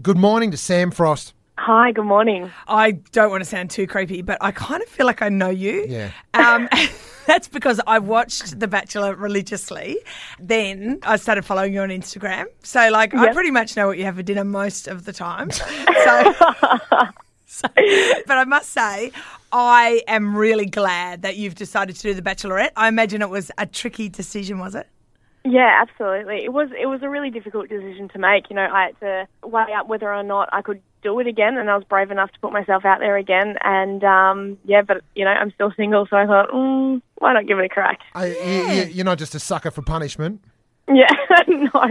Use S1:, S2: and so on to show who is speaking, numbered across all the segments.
S1: Good morning to Sam Frost.
S2: Hi, good morning.
S3: I don't want to sound too creepy, but I kind of feel like I know you.
S1: Yeah.
S3: Um, that's because I watched The Bachelor religiously. Then I started following you on Instagram. So, like, I
S2: Yep.
S3: pretty much know what you have for dinner most of the time. So, so- but I must say, I am really glad that you've decided to do The Bachelorette. I imagine it was a tricky decision, was it?
S2: Yeah, absolutely. It was it was a really difficult decision to make. You know, I had to weigh up whether or not I could do it again, and I was brave enough to put myself out there again. And um, yeah, but you know, I'm still single, so I thought, mm, why not give it a crack?
S1: I, you, you're not just a sucker for punishment.
S2: Yeah, no,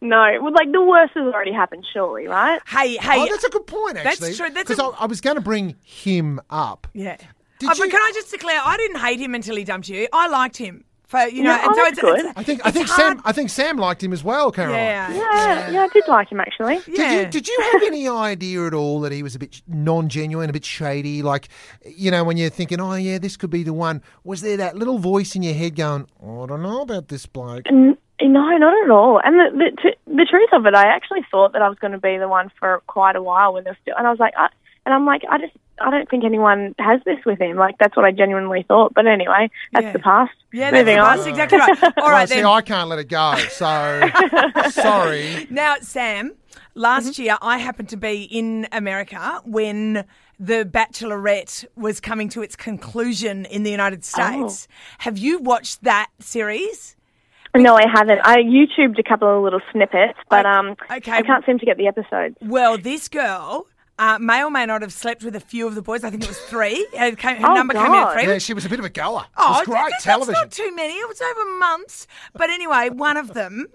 S2: no. Well, like the worst has already happened, surely, right?
S3: Hey, hey.
S1: Oh, that's a good point,
S3: That's
S1: actually.
S3: true. That's
S1: Because
S3: a-
S1: I, I was going to bring him up.
S3: Yeah.
S1: Did
S3: oh,
S1: you-
S3: But can I just declare, I didn't hate him until he dumped you. I liked him. For, you know,
S2: Yeah,
S3: and
S2: oh,
S3: so
S2: that's
S3: it's, it's-
S2: good.
S1: I think I
S3: it's
S1: think
S3: hard-
S1: Sam I think Sam liked him as well, Caroline.
S3: Yeah.
S2: Yeah, yeah, I did like him actually.
S1: Did
S3: Yeah.
S1: you did you have any idea at all that he was a bit non genuine, a bit shady? Like, you know, when you're thinking, oh yeah, this could be the one. Was there that little voice in your head going, "Oh, I don't know about this bloke?
S2: N- No, not at all. And the the, t- the truth of it, I actually thought that I was going to be the one for quite a while with this, and I was like, I, and I'm like, I just, I don't think anyone has this with him. Like that's what I genuinely thought. But anyway, that's
S3: Yeah.
S2: the past.
S3: Yeah, that's,
S2: moving
S3: that's
S2: on.
S3: exactly right. All
S1: Well,
S3: right,
S1: see,
S3: then.
S1: I can't let it go. So sorry.
S3: Now, Sam, last year I happened to be in America when The Bachelorette was coming to its conclusion in the United States. Have you watched that series?
S2: No, I haven't. I YouTubed a couple of little snippets, but
S3: Okay.
S2: um,
S3: Okay.
S2: I can't seem to get the episodes.
S3: Well, this girl. Uh, may or may not have slept with a few of the boys. I think it was three. Her, came, her
S2: Oh,
S3: number came out
S2: God.
S3: three.
S1: Yeah, she was a bit of a goer.
S3: Oh,
S1: it was great
S3: that's
S1: television.
S3: not too many. It was over months. But anyway, one of them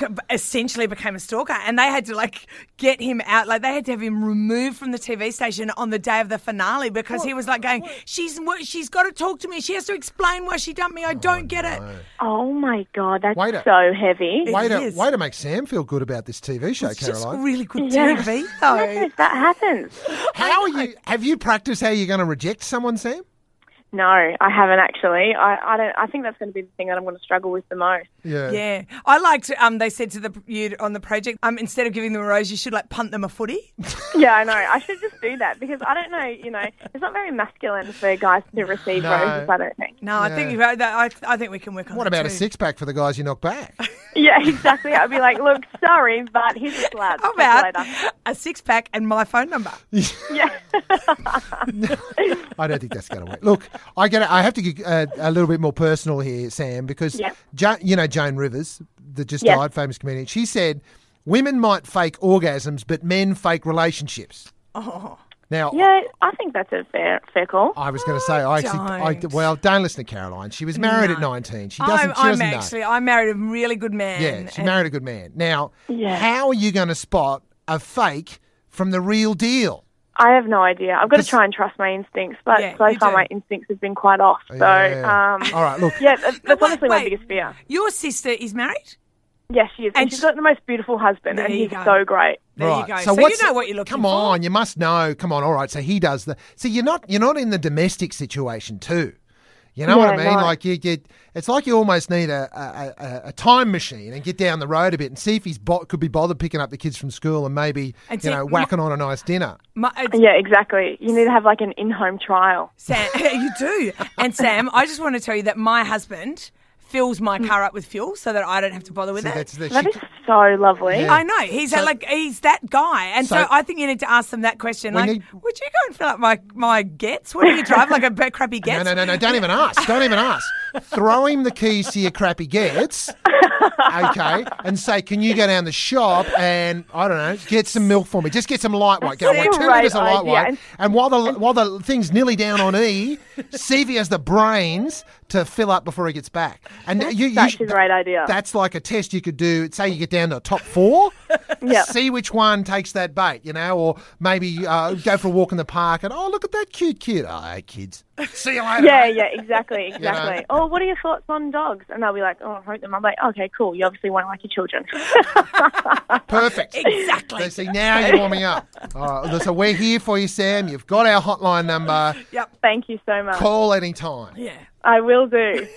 S3: c- essentially became a stalker and they had to like get him out like they had to have him removed from the TV station on the day of the finale because he was like going she's wo- she's got to talk to me she has to explain why she dumped me I don't get it
S2: Oh my god, that's
S1: Wait a-
S2: so heavy.
S3: Wait-
S1: Way
S3: It
S1: to,
S3: is.
S1: way to make Sam feel good about this TV show,
S3: it's just
S1: Caroline.
S3: really good
S2: Yeah.
S3: TV
S2: Yes,
S3: though
S2: that happens.
S1: how are you? Have you practiced how you're going to reject someone, Sam?
S2: No, I haven't actually. I, I don't. I think that's going to be the thing that I'm going to struggle with the most.
S1: Yeah.
S3: yeah I liked um they said to the you on the project um instead of giving them a rose you should like punt them a footy
S2: Yeah, I know. I should just do that because I don't know. You know, it's not very masculine for guys to receive
S1: No.
S2: roses. I don't think.
S3: no I think
S1: Yeah.
S3: you've that I, I think we can work on
S1: What
S3: that
S1: about a
S3: too.
S1: six pack for the guys you knock back?
S2: Yeah, exactly. I'd be like, look, sorry, but here's a slab.
S3: How
S2: Talk
S3: about
S2: later.
S3: a six pack and my phone number?
S2: Yeah.
S1: I don't think that's going to work. Look, I get it. I have to get uh, a little bit more personal here, Sam, because
S2: Yeah.
S1: Jo- you know Joan Rivers, the just
S2: Yes.
S1: died famous comedian. She said, "Women might fake orgasms, but men fake relationships."
S3: Oh,
S1: Now,
S2: yeah, I think that's a fair fair call.
S1: I was going to say, I, actually, I
S3: Oh, don't.
S1: well, don't listen to Caroline. She was married at nineteen. She doesn't.
S3: I'm,
S1: she
S3: I'm
S1: doesn't know.
S3: actually I married a really good man.
S1: Yeah, she
S3: and-
S1: married a good man. Now,
S2: Yeah.
S1: how are you going to spot a fake from the real deal?
S2: I have no idea. I've got to
S1: Just-
S2: try and trust my instincts, but
S3: Yeah,
S2: so
S3: you
S2: far
S3: do.
S2: my instincts have been quite off. So,
S1: Yeah. Oh.
S2: um,
S1: All right, look.
S2: yeah, that's, that's
S3: wait,
S2: honestly my
S3: wait.
S2: biggest fear.
S3: Your sister is married.
S2: Yes, she is, and,
S3: And
S2: she's
S3: she-
S2: got the most beautiful husband,
S3: There
S2: and
S3: you
S2: he's
S3: go.
S2: so great.
S3: There
S1: right.
S3: you go.
S1: So,
S3: So,
S1: what's
S3: you know what you're looking
S1: Come
S3: for.
S1: on, you must know. Come on. All right. So he does the. See, you're not you're not in the domestic situation too. You know what I
S2: Yeah,
S1: mean?
S2: no.
S1: Like you get. It's like you almost need a, a, a, a time machine and get down the road a bit and see if he's bo- could be bothered picking up the kids from school and maybe
S3: And
S1: you
S3: see,
S1: know
S3: my-
S1: whacking on a nice dinner.
S3: My, uh,
S2: Yeah, exactly. You need to have like an in-home trial.
S3: Sam, you do. And Sam, I just want to tell you that my husband fills my car up with fuel so that I don't have to bother with
S1: See,
S3: it.
S1: Hmm. that's the.
S2: That
S1: she-
S2: is so lovely.
S1: Yeah.
S3: I know he's that like he's that guy, and so,
S1: So-
S3: I think you need to ask them that question.
S1: We
S3: Like,
S1: need-
S3: would you go and fill up my my gets? What do you drive like a bit crappy
S1: No,
S3: gets?
S1: no, no, no. Don't even ask. Don't even ask. Throw him the keys to your crappy gets, okay, and say, can you go down the shop and, I don't know, get some milk for me? Just get some light white. Go
S2: That's
S1: away.
S2: a
S1: Two
S2: great
S1: litres of light
S2: idea.
S1: white.
S2: And-
S1: And while the, while the thing's nearly down on E, see if he has the brains to fill up before he gets back. And you, you
S2: such
S1: should-
S2: a great idea.
S1: That's like a test you could do. Say you get down to the top four,
S2: Yeah.
S1: see which one takes that bait, you know, or maybe uh, go for a walk in the park and, oh, look at that cute kid. Oh, hey, kids. See you later.
S2: Yeah,
S1: mate.
S2: yeah, exactly, exactly. Oh, what are your thoughts on dogs? And they'll be like, oh, I hate them. I'm like, okay, cool. You obviously want to like your children.
S1: Perfect.
S3: Exactly.
S1: They see, now you're warming up. All right, so we're here for you, Sam. You've got our hotline number.
S2: Thank you so much.
S1: Call any time.
S3: Yeah.
S2: I will do.